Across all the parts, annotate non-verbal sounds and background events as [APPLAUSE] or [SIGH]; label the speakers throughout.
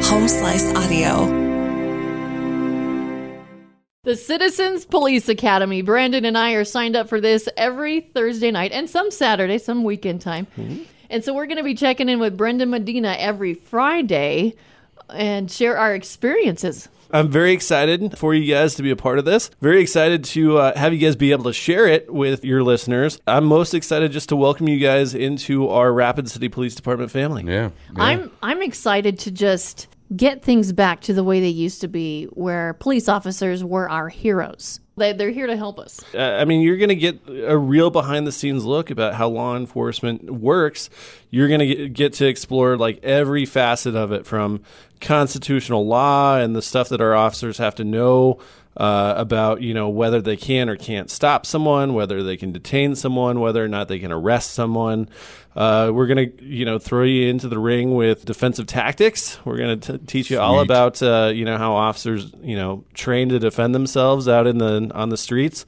Speaker 1: Slice Audio.
Speaker 2: The Citizens Police Academy. Brandon and I are signed up for this every Thursday night and some Saturday, some weekend time. And so we're going to be checking in with Brendan Medina every Friday and share our experiences.
Speaker 3: I'm very excited for you guys to be a part of this. Very excited to uh, have you guys be able to share it with your listeners. I'm most excited just to welcome you guys into our Rapid City Police Department family.
Speaker 4: Yeah.
Speaker 2: I'm I'm excited to just get things back to the way they used to be where police officers were our heroes. They, they're here to help us.
Speaker 3: Uh, I mean, you're going to get a real behind the scenes look about how law enforcement works. You're going to get to explore like every facet of it from constitutional law and the stuff that our officers have to know uh, about, you know, whether they can or can't stop someone, whether they can detain someone, whether or not they can arrest someone. Uh, we're going to, you know, throw you into the ring with defensive tactics. We're going to teach you all
Speaker 4: Sweet.
Speaker 3: about about uh, you know how officers you know train to defend themselves out in the on the streets.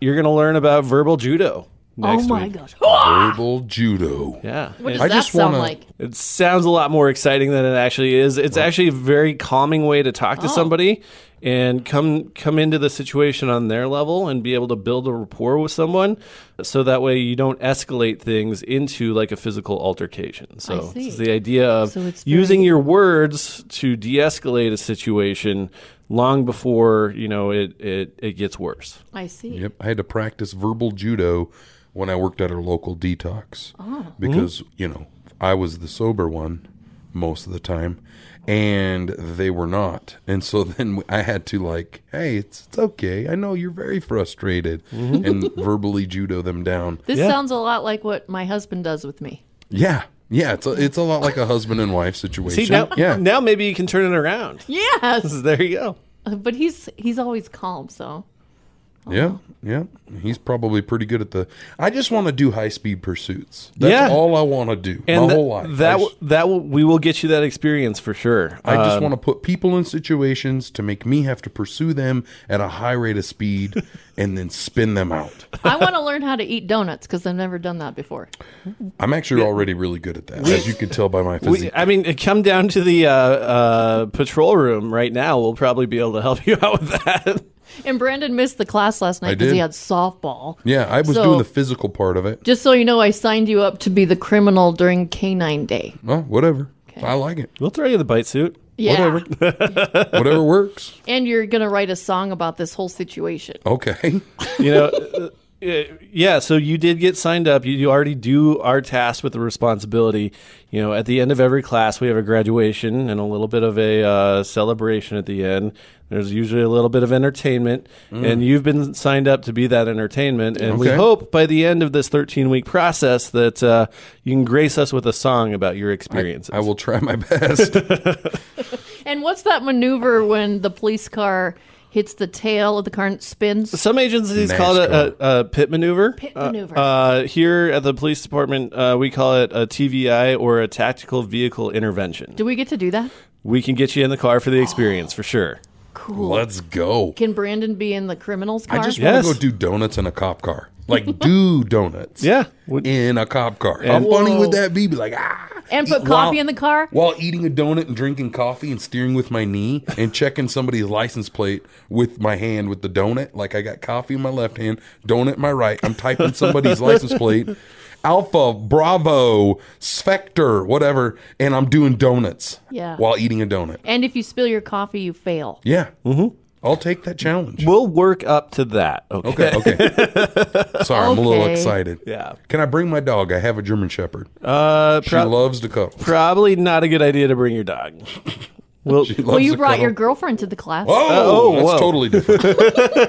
Speaker 3: You're going to learn about verbal judo. Next
Speaker 2: oh my
Speaker 3: week.
Speaker 2: gosh.
Speaker 4: Verbal judo.
Speaker 3: Yeah,
Speaker 2: What does
Speaker 3: it,
Speaker 4: I
Speaker 2: that
Speaker 4: just
Speaker 2: sound
Speaker 4: wanna-
Speaker 2: like?
Speaker 3: it sounds a lot more exciting than it actually is. It's actually a very calming way to talk
Speaker 2: Oh.
Speaker 3: to somebody and come come into the situation on their level and be able to build a rapport with someone, so that way you don't escalate things into like a physical altercation. So
Speaker 2: see.
Speaker 3: this is the idea of
Speaker 2: So it's very-
Speaker 3: using your words to de-escalate a situation long before you know it it, it gets worse.
Speaker 2: I see.
Speaker 4: Yep. I had to practice verbal judo when I worked at our local detox
Speaker 3: Oh.
Speaker 4: because, you know, I was the sober one most of the time and they were not. And so [LAUGHS] then I had to, like, hey, it's, it's okay. I know you're very frustrated
Speaker 3: Mm-hmm.
Speaker 4: and verbally judo them down.
Speaker 2: This
Speaker 3: Yeah.
Speaker 2: sounds a lot like what my husband does with me.
Speaker 4: Yeah. Yeah. It's a, it's a lot like a husband and wife situation.
Speaker 3: See now,
Speaker 4: yeah.
Speaker 3: now maybe you can turn it around.
Speaker 2: Yes.
Speaker 3: [LAUGHS] There you go.
Speaker 2: [LAUGHS] But he's he's always calm, so
Speaker 4: Yeah, yeah. He's probably pretty good at the. I just want to do high speed pursuits. That's
Speaker 3: Yeah.
Speaker 4: all I want to do my
Speaker 3: tha-
Speaker 4: whole life.
Speaker 3: That
Speaker 4: I,
Speaker 3: w-
Speaker 4: just,
Speaker 3: that will, we will get you that experience for sure.
Speaker 4: I just
Speaker 3: Um,
Speaker 4: want to put people in situations to make me have to pursue them at a high rate of
Speaker 3: [LAUGHS]
Speaker 4: speed and then spin them out.
Speaker 2: I want to learn how to eat donuts because I've never done that before.
Speaker 4: I'm actually already really good at that, as you can tell by my
Speaker 3: we,
Speaker 4: physique.
Speaker 3: I mean, come down to the uh, uh, patrol room right now. We'll probably be able to help [LAUGHS] you out with that.
Speaker 2: And Brandon missed the class last night
Speaker 4: I
Speaker 2: because he
Speaker 4: did.
Speaker 2: had softball.
Speaker 4: yeah, I was
Speaker 2: So-
Speaker 4: doing the physical part of it.
Speaker 2: Just so you know, I signed you up to be the criminal during canine day.
Speaker 4: Well, whatever. I like it.
Speaker 3: We'll throw you the bite suit.
Speaker 2: Yeah.
Speaker 4: [LAUGHS] Whatever. whatever works.
Speaker 2: And you're going to write a song about this whole situation. [LAUGHS]
Speaker 4: Okay.
Speaker 3: You know. uh, uh, Yeah, so you did get signed up. You, you already do our task with the responsibility. You know, at the end of every class, we have a graduation and a little bit of a uh, celebration at the end. There's usually a little bit of entertainment, and you've been signed up to be that entertainment. And we
Speaker 4: Mm. Okay.
Speaker 3: hope hope by the end of this 13 week process that uh, you can grace us with a song about your experiences.
Speaker 4: I will try my best.
Speaker 2: And what's that maneuver when the police car hits the tail of the car and it spins?
Speaker 3: Some agencies call it a, a, a pit maneuver. Pit
Speaker 2: maneuver.
Speaker 3: Uh, here at the police department, uh, we call it a TVI or a tactical vehicle intervention.
Speaker 2: Do we get to do that?
Speaker 3: We can get you in the car for the experience for sure.
Speaker 2: Cool.
Speaker 4: Let's go.
Speaker 2: Can Brandon be in the criminal's car?
Speaker 4: I just
Speaker 3: Yes.
Speaker 4: want to go do donuts in a cop car. Like [LAUGHS] do donuts.
Speaker 3: Yeah.
Speaker 4: In a cop car. How funny would that be? Be like ah.
Speaker 2: And put
Speaker 4: eat
Speaker 2: coffee in the car?
Speaker 4: while eating a donut and drinking coffee and steering with my knee and checking somebody's license plate with my hand with the donut. Like I got coffee in my left hand, donut in my right. I'm
Speaker 3: [LAUGHS]
Speaker 4: typing somebody's license plate. Alpha, Bravo, Spectre, whatever, and I'm doing donuts.
Speaker 2: Yeah.
Speaker 4: While eating a donut.
Speaker 2: and if you spill your coffee, you fail.
Speaker 4: Yeah. Mm-hmm. I'll take that challenge.
Speaker 3: We'll work up to that. Okay.
Speaker 4: Okay, okay. [LAUGHS] Sorry, I'm a little
Speaker 2: Okay.
Speaker 4: excited.
Speaker 3: Yeah.
Speaker 4: Can I bring my dog? I have a German Shepherd.
Speaker 3: Uh,
Speaker 4: she
Speaker 3: prob-
Speaker 4: loves to cuddle.
Speaker 3: probably not a good idea to bring your dog. We'll,
Speaker 4: She
Speaker 2: Well,
Speaker 4: loves
Speaker 2: you
Speaker 4: to
Speaker 2: brought your
Speaker 4: cuddle.
Speaker 2: girlfriend to the class.
Speaker 4: Oh,
Speaker 3: Oh,
Speaker 4: that's
Speaker 3: whoa.
Speaker 4: totally different.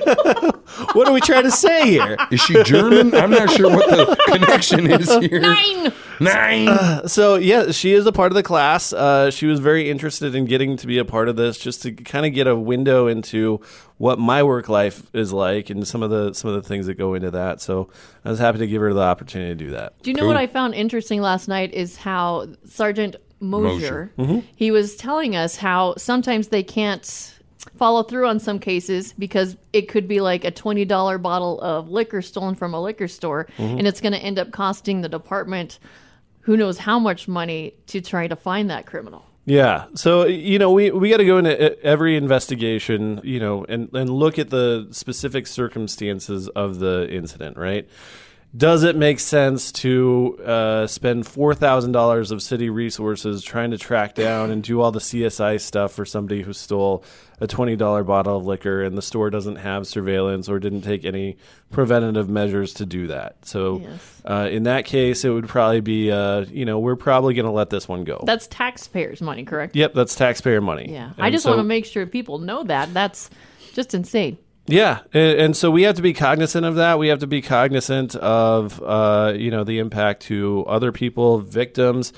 Speaker 3: what are we trying to say here?
Speaker 4: Is she German? I'm not sure
Speaker 2: [LAUGHS]
Speaker 4: what the connection is here.
Speaker 2: Nine!
Speaker 4: Nine.
Speaker 3: So yeah, she is a part of the class. Uh, she was very interested in getting to be a part of this, just to kind of get a window into what my work life is like and some of the some of the things that go into that. So I was happy to give her the opportunity to do that.
Speaker 2: Do you know what I found interesting last night is how Sergeant Mosier,
Speaker 3: Mm-hmm.
Speaker 2: he was telling us how sometimes they can't follow through on some cases because it could be like a $20 bottle of liquor stolen from a liquor store and it's going to end up costing the department who knows how much money to try to find that criminal.
Speaker 3: Yeah. So you know, we we got to go into e- every investigation, you know, and and look at the specific circumstances of the incident, right? Does it make sense to uh, spend four thousand dollars of city resources trying to track down and do all the CSI stuff for somebody who stole a twenty dollar bottle of liquor and the store doesn't have surveillance or didn't take any preventative measures to do that? So,
Speaker 2: Yes.
Speaker 3: uh, in that case, it would probably be, uh, you know, we're probably going to let this one go.
Speaker 2: That's taxpayers' money, correct?
Speaker 3: Yep, that's taxpayer money.
Speaker 2: Yeah.
Speaker 3: And
Speaker 2: I just
Speaker 3: so-
Speaker 2: want to make sure people know that. That's just insane.
Speaker 3: Yeah, and, and so we have to be cognizant of that. We have to be cognizant of uh, you know the impact to other people, victims.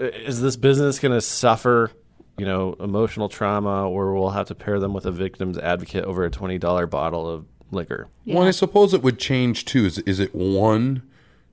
Speaker 3: I- Is this business going to suffer? You know, emotional trauma, or we'll have to pair them with a victim's advocate over a twenty dollar bottle of liquor.
Speaker 4: Well, I suppose it would change too. Is is it one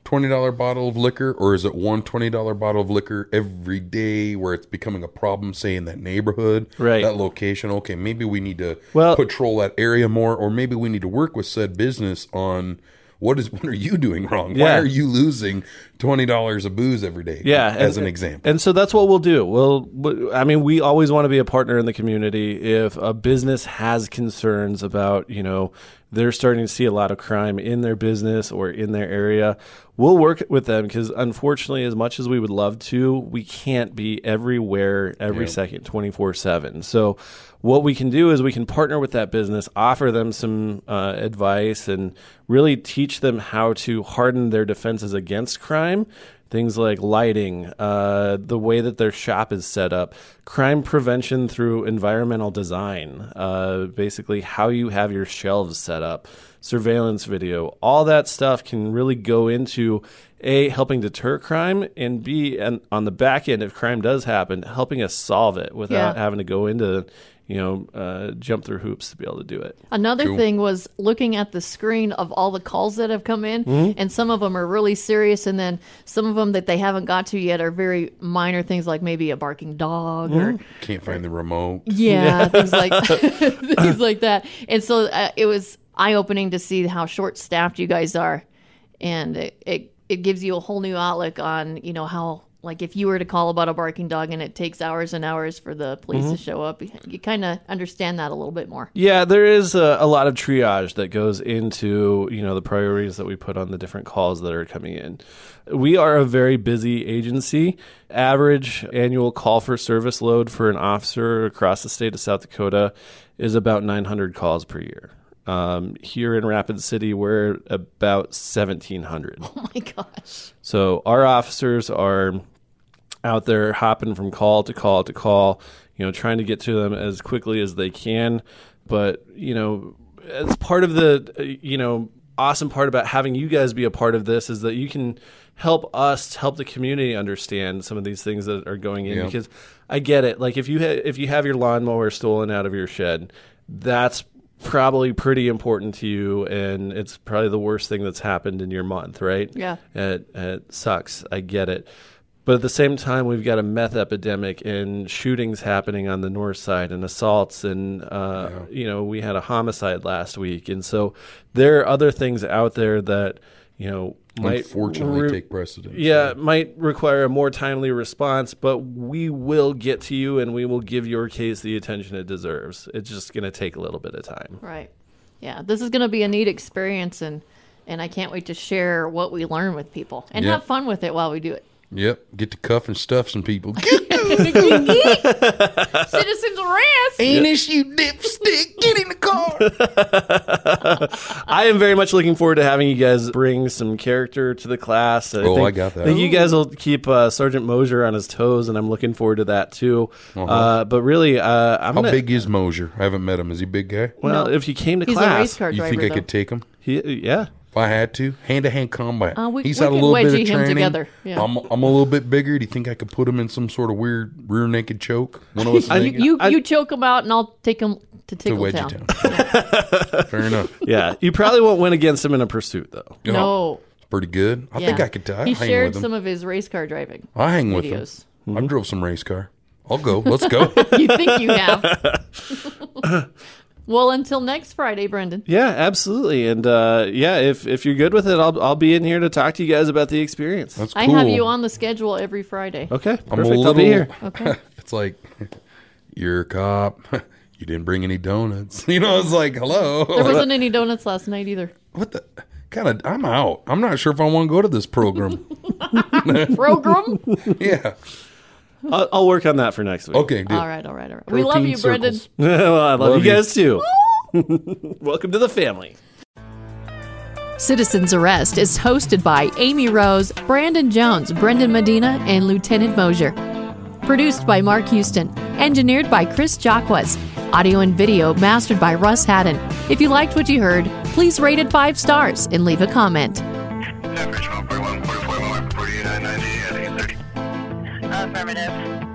Speaker 4: twenty dollar bottle of liquor, or is it one twenty dollar bottle of liquor every day, where it's becoming a problem, say in that neighborhood,
Speaker 3: Right.
Speaker 4: That location. Okay, maybe we need to
Speaker 3: Well-
Speaker 4: patrol that area more, or maybe we need to work with said business on. What is [LAUGHS] what are you doing wrong? Why
Speaker 3: Yeah.
Speaker 4: are you losing twenty dollars of booze every day?
Speaker 3: Yeah,
Speaker 4: as
Speaker 3: and-
Speaker 4: an example.
Speaker 3: And so that's what we'll do. We'll, w- I mean, we always want to be a partner in the community. If a business has concerns about, you know, they're starting to see a lot of crime in their business or in their area, we'll work with them because, unfortunately, as much as we would love to, we can't be everywhere every second, twenty four seven. So, what we can do is we can partner with that business, offer them some uh, advice, and really teach them how to harden their defenses against crime things like lighting, uh, the way that their shop is set up, crime prevention through environmental design, uh, basically how you have your shelves set up, surveillance video, all that stuff can really go into a helping deter crime and b and on the back end if crime does happen helping us solve it without
Speaker 2: Yeah.
Speaker 3: having to go into you know uh, jump through hoops to be able to do it
Speaker 2: Another thing was looking at the screen of all the calls that have come in, and some of them are really serious, and then some of them that they haven't got to yet are very minor things, like maybe a barking dog or
Speaker 4: Can't find the remote.
Speaker 2: [LAUGHS] yeah, things like [LAUGHS] things like that. And so uh, it was eye opening to see how short staffed you guys are, and it, it it gives you a whole new outlook on you know how like if you were to call about a barking dog and it takes hours and hours for the police to show up, you kind of understand that a little bit more. [LAUGHS]
Speaker 3: Yeah, there is a, a lot of triage that goes into you know the priorities that we put on the different calls that are coming in. We are a very busy agency. Average annual call for service load for an officer across the state of South Dakota is about 900 calls per year. Um, here in Rapid City, we're about 1,700.
Speaker 2: Oh my gosh.
Speaker 3: So our officers are out there hopping from call to call to call, you know, trying to get to them as quickly as they can. But, you know, as part of the, uh, you know, awesome part about having you guys be a part of this is that you can help us help the community understand some of these things that are going in
Speaker 4: Yeah.
Speaker 3: because I get it. Like if you ha- if you have your lawnmower stolen out of your shed, that's probably pretty important to you and it's probably the worst thing that's happened in your month, right?
Speaker 2: Yeah.
Speaker 3: It, it sucks. I get it. But at the same time, we've got a meth epidemic and shootings happening on the north side and assaults. And, uh, you know, we had a homicide last week. And so there are other things out there that, you know, might
Speaker 4: Unfortunately,
Speaker 3: re-
Speaker 4: take precedence.
Speaker 3: yeah, it might require a more timely response, but we will get to you and we will give your case the attention it deserves. It's just going to take a little bit of time.
Speaker 2: Right. Yeah, this is going to be a neat experience, and and I can't wait to share what we learn with people and
Speaker 4: Yeah.
Speaker 2: have fun with it while we
Speaker 3: [LAUGHS]
Speaker 2: do it.
Speaker 4: Yep. Get to cuff and stuff some people.
Speaker 2: Citizens arrest.
Speaker 4: Anus, you dipstick. Get in the car.
Speaker 3: I am very much looking forward to having you guys bring some character to the class.
Speaker 4: Oh, I got that.
Speaker 3: think you guys will keep uh, Sergeant Mosier on his toes, and I'm looking forward to that too. uh but really, uh, I'm
Speaker 4: Uh-huh. How
Speaker 3: gonna,
Speaker 4: big is Mosier? I haven't met him. Is he a big guy?
Speaker 3: Well, if you came to
Speaker 2: He's a race
Speaker 3: class,
Speaker 2: car
Speaker 4: You
Speaker 2: driver.
Speaker 4: think I
Speaker 2: though.
Speaker 4: could take him
Speaker 3: he, yeah,
Speaker 4: if I had to? Hand to hand combat.
Speaker 2: Uh, we-
Speaker 4: He's
Speaker 2: we
Speaker 4: had a
Speaker 2: could
Speaker 4: little bit of
Speaker 2: wedgie him
Speaker 4: training.
Speaker 2: together. Yeah.
Speaker 4: I'm, I'm a little bit bigger. Do you think I could put him in some sort of weird rear naked choke?
Speaker 2: [LAUGHS]
Speaker 4: One of us is
Speaker 3: I-
Speaker 4: naked?
Speaker 2: you
Speaker 3: I-
Speaker 2: you choke them out, and I'll take them to
Speaker 4: to
Speaker 2: Tickle
Speaker 4: wedgie
Speaker 2: Town.
Speaker 4: town. [LAUGHS] Fair enough.
Speaker 3: yeah. You probably won't win against him in a pursuit, though.
Speaker 2: [LAUGHS] No.
Speaker 4: Pretty good. I
Speaker 2: Yeah.
Speaker 4: think I could die.
Speaker 2: He
Speaker 4: hang
Speaker 2: shared
Speaker 4: with him.
Speaker 2: some of his race car driving.
Speaker 4: I hang with
Speaker 2: videos.
Speaker 4: him.
Speaker 3: Mm-hmm.
Speaker 4: I drove some race car. I'll go. Let's
Speaker 2: [LAUGHS]
Speaker 4: go.
Speaker 2: you think you have?
Speaker 4: [LAUGHS]
Speaker 2: [LAUGHS] well, until next Friday, Brendan.
Speaker 3: Yeah, absolutely. And uh, yeah, if if you're good with it, I'll I'll be in here to talk to you guys about the experience.
Speaker 4: That's cool.
Speaker 2: I have you on the schedule every Friday.
Speaker 3: okay,
Speaker 4: I'm a
Speaker 3: perfect.
Speaker 4: little, [LAUGHS]
Speaker 3: I'll be here.
Speaker 2: Okay.
Speaker 4: It's like [LAUGHS] you're a cop. [LAUGHS] you didn't bring any donuts. [LAUGHS] You know, it's like hello.
Speaker 2: There wasn't
Speaker 3: uh,
Speaker 2: any donuts last night either.
Speaker 4: what the kind of? I'm out. I'm not sure if I want to go to
Speaker 2: [LAUGHS]
Speaker 4: this program.
Speaker 2: Program.
Speaker 4: [LAUGHS] yeah.
Speaker 3: I'll, I'll work on that for next week.
Speaker 4: Okay. Deal.
Speaker 2: all right, all right, all right. We love
Speaker 4: Protein
Speaker 2: you, Brendan.
Speaker 4: circles.
Speaker 3: [LAUGHS] well, I love,
Speaker 4: Oh. Love
Speaker 3: you
Speaker 4: you.
Speaker 3: guys too. [LAUGHS] Welcome to the family.
Speaker 2: Citizens Arrest is hosted by Amy Rose, Brandon Jones, Brendan Medina, and Lieutenant Mosier. Produced by Mark Houston. Engineered by Chris Jacques. Audio and video mastered by Russ Haddon. If you liked what you heard, please rate it five stars and leave a comment.
Speaker 1: Average 1241, 4441, 48, 990, 30.
Speaker 5: Affirmative.